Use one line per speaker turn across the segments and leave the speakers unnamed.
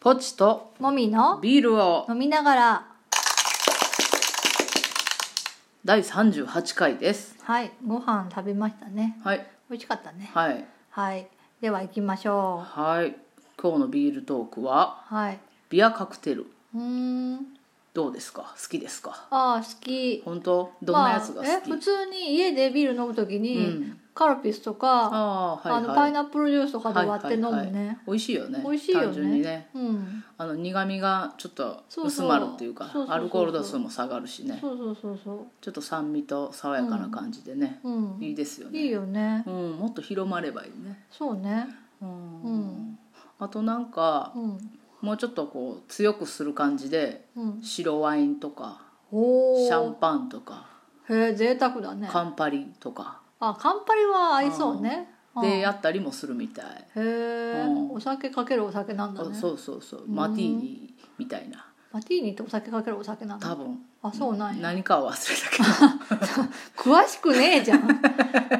ポチと
もみの
ビールを
飲みながら
第38回です
はいご飯食べましたね
はい
美味しかったね
はい
はいでは行きましょう
はい今日のビールトークは
はい
ビアカクテル
うーん
どうですか好きですか
ああ好き
本当どんなやつが
まあ
好
え
き、
普通に家でビール飲むときに、
うん
カルピスとかあ,、
ああーはい
の
はい
パイナップルジュースとかで割って飲むね、
はいはいはい美味しいよね
美味しいよね
単純にね
うん
あの苦味がちょっと
そうそう
薄まるっていうか
そうそうそうそう
アルコール度数も下がるしね
そうそうそうそ
ちょっと酸味と爽やかな感じでね、
ううん
いいですよね
いいよね
うん、もっと広まればいいね
そうね
うん、
うん
あとなんか
うん
もうちょっとこう強くする感じで
うん
白ワインとか
おお
シャンパンとか
へえ贅沢だね
カンパリとか
あカンパリは合いそうねあ
で
へ
やったりもするみたい、
え
うん
お酒かけるお酒なんだ
あ
ね
そうそうそう
うん
マティーニみたいな
マティーニってお酒かけるお酒なん
多
だ
分
あそうなんや
何かは忘れたけ ど
詳しくね えじゃん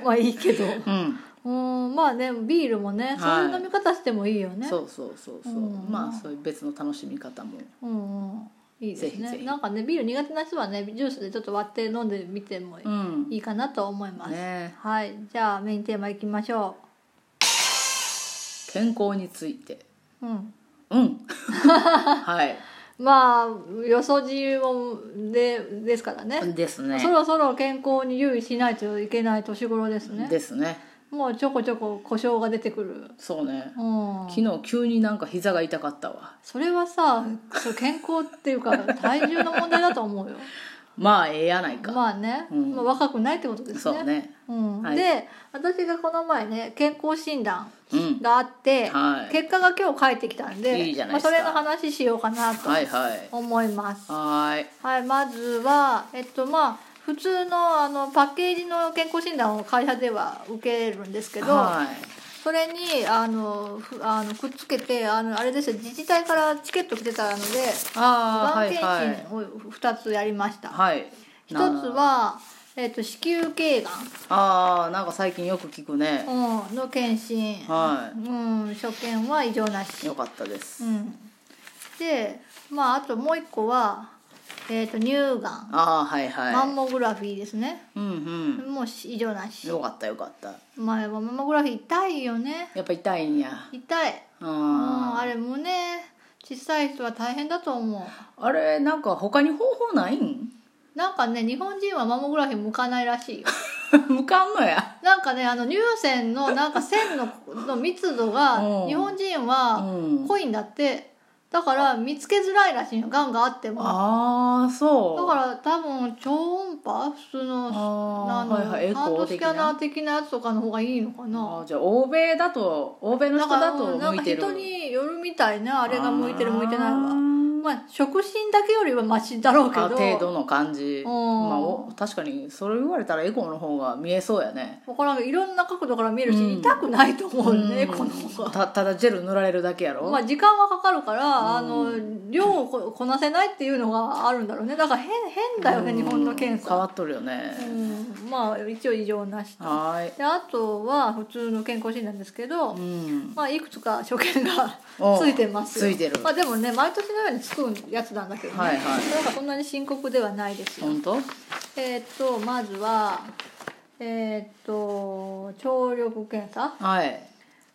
まあいいけど
うん
うんまあねビールもねそういう飲み方してもいいよね
そうそうそうそう、
うん
まあそういう別の楽しみ方も
うんうんいいです
ぜひぜ
ね
ひ
なんかねビール苦手な人はねジュースでちょっと割って飲んでみても
うん
いいかなと思います
ね
はいじゃあメインテーマいきましょ
健康について
ううん
うん はい
まあよそじもでですからね
ですね
そろそろ健康に留意しないといけない年頃ですね
ですね
もうちょこちょこ故障が出てくる
そうね
うん
昨日急になんか膝が痛かったわ
それはさそう健康って いうか体重の問題だと思うよ
まあええやないか、
まあね、
うん
まあ、若くないってことですね
そうね
うん
はい
で私がこの前ね健康診断
うん
があって、
はい
結果が今日返ってきたんで
いいじゃないです
ま
か
あ、それの話しようかなと
はいはい
思います、
はーい
はい、まずはえっとまあ普通のあのパッケージの健康診断を会社では受けるんですけど、
はい
それにあのふあのくっつけてあのあれですよ自治体からチケット来てたので
ああ
が
は
ん
い
検
はい
診を2つやりました、
はい
一1つは、えっと子宮頸が
ああなんか最近よく聞くね、
ん、うん、の検診、
は
うん、所見は異常なし
い、よかったです、
うん、でまああともう1個は、えっと乳がん
ああはいはい
マンモグラフィーですね
うんうん
もう異常なし
よかったよかった
前はマンモグラフィー痛いよね
やっぱ痛いんや
痛いうん
あ
あれ胸小さい人は大変だと思
あれなんか他に方法ないん
うなんかね日本人はマンモグラフィー向かないらしいよ
向かんのや
なんかねあの乳腺のなんか線のの密度が
うん
日本人
う
は
ん
濃いんだってだから見つけづらいらしいよがんがあっても
ああそう
だから多分超音波普通の
あー
あの
はいはいエコ
ハー
ー
トス
的
キャナー
な
的なやつとかの方がいいのか
あ
な
ーじゃあ欧米だと欧米の
だ
人
から
だ
う
と
んな
向
ん
い
か
てる
人によるみたいなあれが向いてる
あー
向いてないはまあ触診だけよりはマシだろうけど
あ程度の感じ、
ん
まあ、お確かにそれ言われたらエコーの方が見えそうやね
わからんけどいろんな角度から見えるし、
うん
痛くないと思うよね、
うん
この方が。
たただジェル塗られるだけやろ、
まあ時間はかかるから、あの量をここなせないっていうのがあるんだろうねだから変変だよね、
うん
日本の検
変わ
査、
っとるよね、
うん、まあ一応異常なしと
はーい
であとは普通の健康診断ですけど、
うん
まあ、いくつか所見が
おう
ついてますよ
ついてる
まあ、でもね毎年のようにつくやつなんだけどね、
はいはい
なんかそんなに深刻ではないですよ
本当
えーっとまずはえーっと聴力検査
はい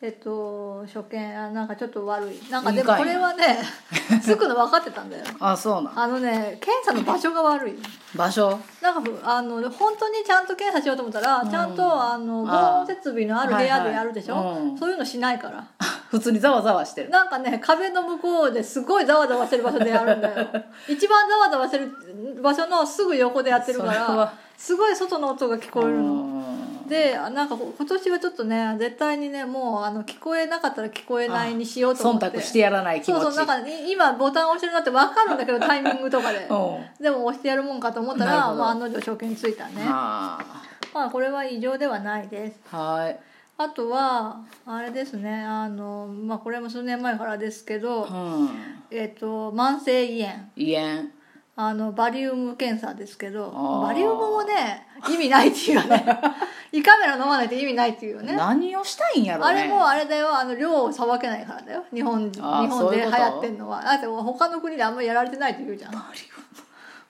えっと初見あなんかちょっと悪いなんかで
いい
も
かい
これはね つくの分かってたんだよ
あそうなん
あのね検査の場所が悪い
場所
なんかふあの本当にちゃんと検査しようと思ったら、ちゃんとあの防
あー
音設備のある部屋
はいは
で
い
やるでしょ、
うん
そういうのしないから
普通にざわざわしてる
なんかね壁の向こうですごいざわざわしてる場所でやるんだ よ一番ざわざわしてる場所のすぐ横でやってるか
それは
らすごい外の音が聞こえるの。
うん
であなんかこ今年はちょっとね絶対にねもうあの聞こえなかったら聞こえないにしようと思
忖
って
度してやらない気
そ
持
う
ち
そうなんかね今ボタン押してるなって分かるんだけどタイミングとかで、
うん
でも押してやるもんかと思った
なる
ら、
ほど
まあ、案の定証券ついたね
あ
まあこれは異常ではないです
ーはい
あとはあれですねあのまあこれも数年前からですけど、
うん
えっ、と慢性胃炎
胃炎
あのバリウム検査ですけど
あー
バリウムもね意味ないっていうね胃カメラ飲まないと意味ないっていうよね
何をしたいんやろ
あ
うね
れもあれだよあの量をさばけないからだよ日本日
あー
本で流
そういうこと
行ってんのはだって他の国であんまりやられてないって言うじゃん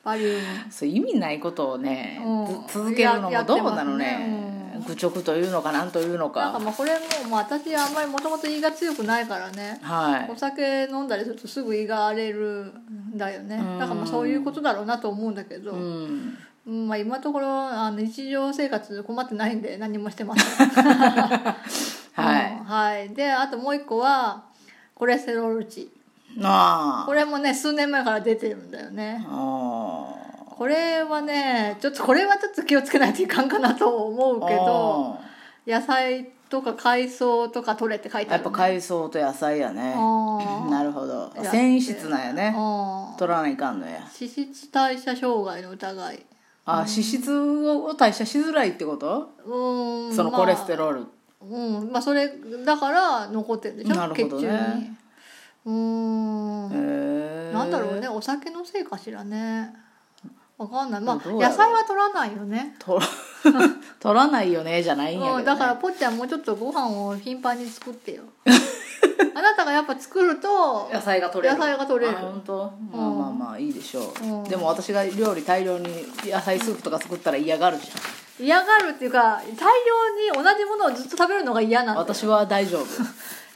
バリウム
そう意味ないことをね、
うん
ず続けるの
やや
も
ってま
どうな
すね
のね愚直というのかなんというの
なんか
か
まあこれも、まあ、私あんまりもともと胃が強くないからね
はい
お酒飲んだりするとすぐ胃が荒れるんだよね
うん
だからまあそういうことだろうなと思うんだけど、
うん、
うんまあ、今のところあの日常生活困ってないんで何もしてませ ん
はい、
うんはい、であともう一個はコレステロール値
なあ
これもね数年前から出てるんだよね
あ
これはねちょっとこれはちょっと気をつけないといかんかなと思う
ー
けど野菜とか海藻とか取れって書いてあ
やっ
る、
ぱ海藻と野菜やね
あー
なるほど
いや
繊維質なんやね
あー
取らないかんのや
脂質代謝障害の疑い
あ脂質を代謝しづらいってこと
うーん
そのコレステロール、
まあ、うんまあそれだから残ってるでしょ
なるほどね
血中にうーん
へえ
なんだろうねお酒のせいかしらねわかんないまあ
どう
野
やろう
菜は取らないよね
取ら 取らないよねじゃないんやけど、
う
ね
ん、だからぽっちゃんもうちょっとご飯を頻繁に 作ってよあなたがやっぱ作ると
野菜が取れる
野菜が取れる
あ本当まあまあまあいいでしょう、
うん
でも私が料理大量に野菜スープとか作ったら嫌がるじゃ
嫌がるっていうか大量に同じものをずっと食べるのが嫌なん
ん
だよ
私は大丈夫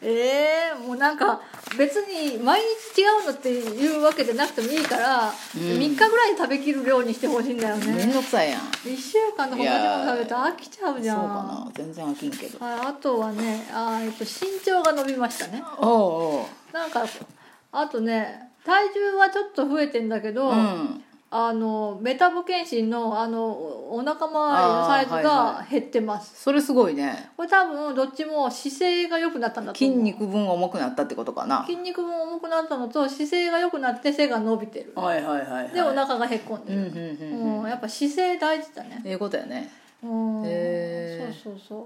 えー、もうなんか別に毎日違うのっていうわけじゃなくてもいいから、
うん
3日ぐらいで食べきる量にしてほしいんだよ
面
ね
倒くさいやん
1週間の同じもの食べたら飽きちゃうじゃん
そうかな全然飽きんけど
はい、あとはねあー、えっと、身長が伸びましたね
おうおう
なんかあとね体重はちょっと増えてんだけど、
うん
あのメタボ検診のあのおお腹周りのサイズ
あーはい
が減ってます、
それすごいね
これ多分どっちも姿勢が良くなったんだと
筋
思う
肉分重くなったってことかな
筋肉も重くなったのと姿勢が良くなって背が伸びてる
はいはいはい、はい、
でお腹がへっこ
う
んで
んうんう
る、うん
うん
やっぱ姿勢大事だね
ええことやね
うん
へー
そうそうそう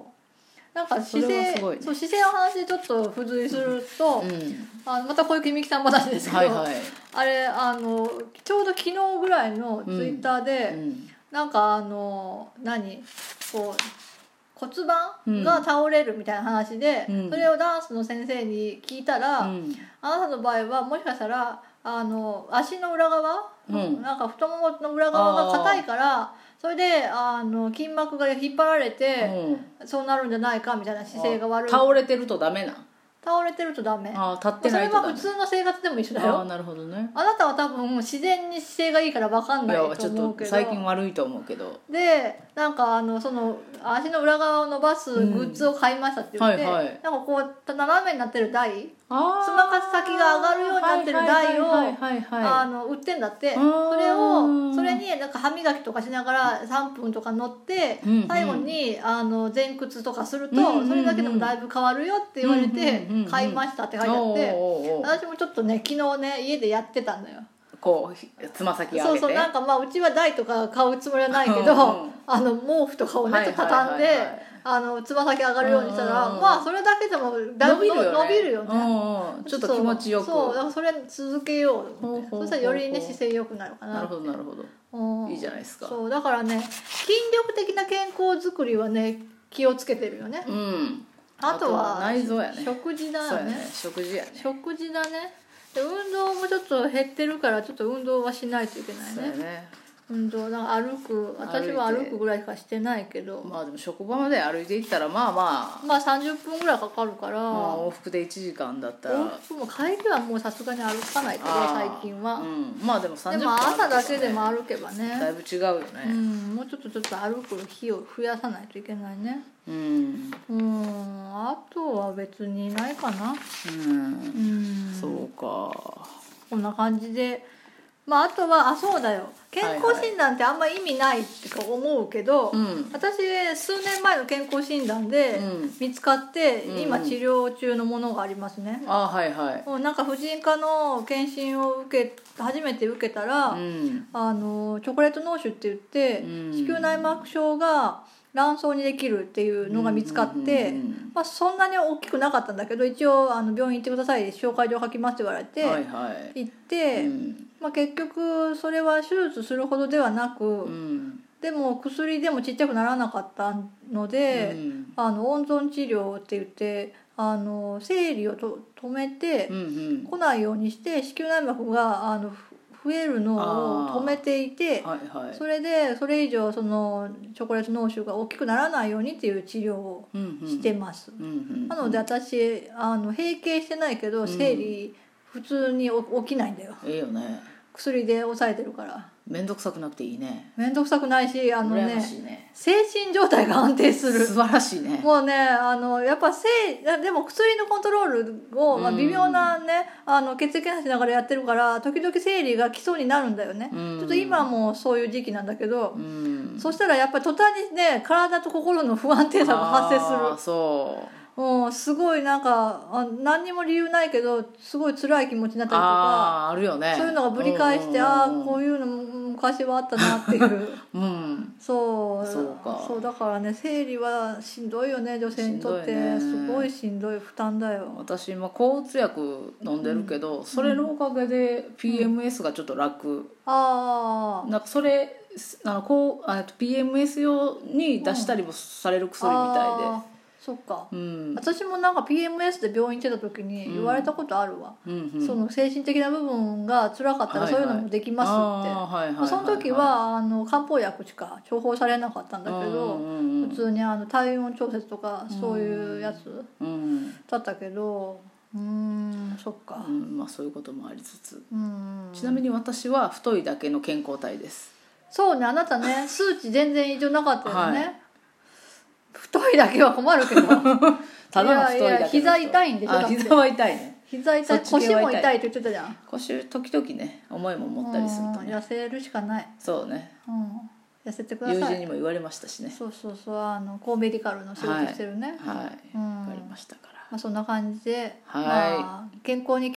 なんか
そ
姿
れは
勢
す
そ、
ごいね
う姿勢の話でちょっと付随すると、
うん
あのまた小池美樹さん話ですけど、
はいはい、
あれあのちょうど昨日ぐらいのツイッターで、
うん、
なんかあの何こう骨盤が倒れるみたいな話で、
うん
それをダンスの先生に聞いたら、
うん
あなたの場合はもしかしたらあの足の裏側、
うん
なんか太ももの裏側が硬いからそれであの筋膜が引っ張られて、
うん
そうなるんじゃないかみたいな姿勢が悪い
倒れてるとダメな
倒れてるとダメ
あー立って
そ
な
れ
いとダ
は
メ
普通の生活でも一緒だ
ああー
よ
なるほどね
あなたは多分自然に姿勢がいいから分かん
い
ない
や
と
ちょっ
思う
と
けど
最近悪いと思うけど
でなんかあのその足の裏側を伸ばすグッズを買いましたって言って、
うんはいはい
なんかこう斜めになってる台
あー
つまか先が上がるようになってる台を
はいはいはいはい
あ
はい
の売ってんだって
うーん
それをそれになんか歯磨きとかしながら3分とか乗って、
うんうん
最後にあの前屈とかすると、
うんうんうん
それだけでもだいぶ変わるよって言われ
う
て、
んうんうんうん
買いましたって書いてあ
お
っ
う
て、
おうおう
私もちょっとね昨日ね家でやってたんだよ
こうひつま先上げて
そうそうなんかまあうちは台とか買うつもりはないけ
うん
ど、
うん
あの毛布とかをねちょっと畳んで、
はいはいはいはい
あのつま先上がるようにしたら、
うんうんうん
まあそれだけでもだいぶ伸びるよね
うんうんちょっと気持ちよく
そうそうだからそれ続けようと思って
ほうほうほうほう
そしたらよりね姿勢良くなるかな
なるほどなるほど
うん
いいじゃないですか
そうだからね筋力的な健康づくりはね気をつけてるよね
うん
あとは
あと内臓やね
食事だ
そう
よ
や
ね
ね食事やね
食事だねで運動もちょっと減ってるからちょっと運動はしないといけない
そうや
ね
ね
運動なんか歩く私は
歩い
歩
て
くぐらいしかしてないけど
まあでも職場まで歩いていったらまあまあ
まあ30分ぐらいかかるから、
まあ往復で1時間だったら
往復も帰りはもうさすがに歩かないけど
あー
最近は
う、んまあでも30
で
分
も朝だけでも
あ
歩けば
るからねだ
ね
いぶ違うよ
う
ね
んもうちょっとちょっと歩く日を増やさないといけないね
うん
うんあとは別にないかな
うん
うん
そうか
こんな感じでまああとはあそうだよ健康診断ってあんま意味ないってか思うけど、
うん
私数年前の健康診断で
うん
見つかって、
うんうん
今治療中のものがありますね、
あはいはい
もうなんか婦人科の検診を受け初めて受けたら、
うん
あのチョコレート脳腫って言って、
うん
子宮内膜症が卵巣にできるっていうのが見つかって、
うんうんうん
まあ、そんなに大きくなかったんだけど一応あの病院行ってください紹介状書きますって言われて、
はいはい
行って、
うん
まあ、結局それは手術するほどではなく、
うん
でも薬でもちっちゃくならなかったので、
うん
あの温存治療って言ってあの生理をと止めて
うんうん
来ないようにして子宮内膜があのふ増えるのを止めていて
はいはい
それでそれ以上そのチョコレート脳腫が大きくならないようにっていう治療を
うんうん
してます。
うんうん
なので私あの閉経してないけど生理普通にお起きないんだよ
ええよね
薬で抑えてるから
面倒くさくなくていいね
面倒くさくないしあの
羨ま
ね
しいね
精神状態が安定する
素晴らしいね
もうねあのやっぱ性でも薬のコントロールを、まあ、
うん
微妙なねあの血液検査しながらやってるから時々生理が来そうになるんだよね、
うん
ちょっと今もそういう時期なんだけど
う、ん
そしたらやっぱり途端にね体と心の不安定さが発生す
あ
る
ーそう
うん、すごいなんかあ何にも理由ないけどすごい辛い気持ちになったりとか
ああーあるよね
そういうのがぶり返して、ああこういうのも昔はあったなっていう
うんうん
そう
そうか
そうだからね生理はしんどいよね女性にとっ
しん
て、
どいね
すごいしんどい負担だよ
私今抗うつ薬飲んでるけど、それのおかげで PMS がちょっと楽、
ああ
なんかそれあのこうあえっと PMS 用に出したりもされる薬みたいで、
あーそっか、
うん
私もなんか PMS で病院行ってた時に言われたことあるわ、
うんうん
その精神的な部分が辛かったら
はい
そう
はい
いうのもできますって、
あーはいはいい
まあその時はあの漢方薬しか処方されなかったんだけ
うん
ど、
うんうん
普通にあの体温調節とかそういうやつ
うん
だったけどうーんそっか
うんまあ、そういうこともありつつ、
うん
ちなみに私は太いだけの健康体です
そうねあなた ね数値全然異常なかったよね、
はい
太いだけは困 るけど
ただの太いだけの
いやいや膝痛いんでしょ
あ
だって
膝は痛いね
膝痛い
そっち
腰
系は痛い
も痛いって言ってたじゃん
腰時々ね重いもん持ったりすると
うん
ね
痩せるしかない、
そうね
うん、痩せてくだ
友
さ
人
い
にも言われましたしね
そうそうそうあのコーメディカルの仕事してるね、
はい、
うん
わかりましたから
まあ、そんな感じで、
はい
まあ、健康に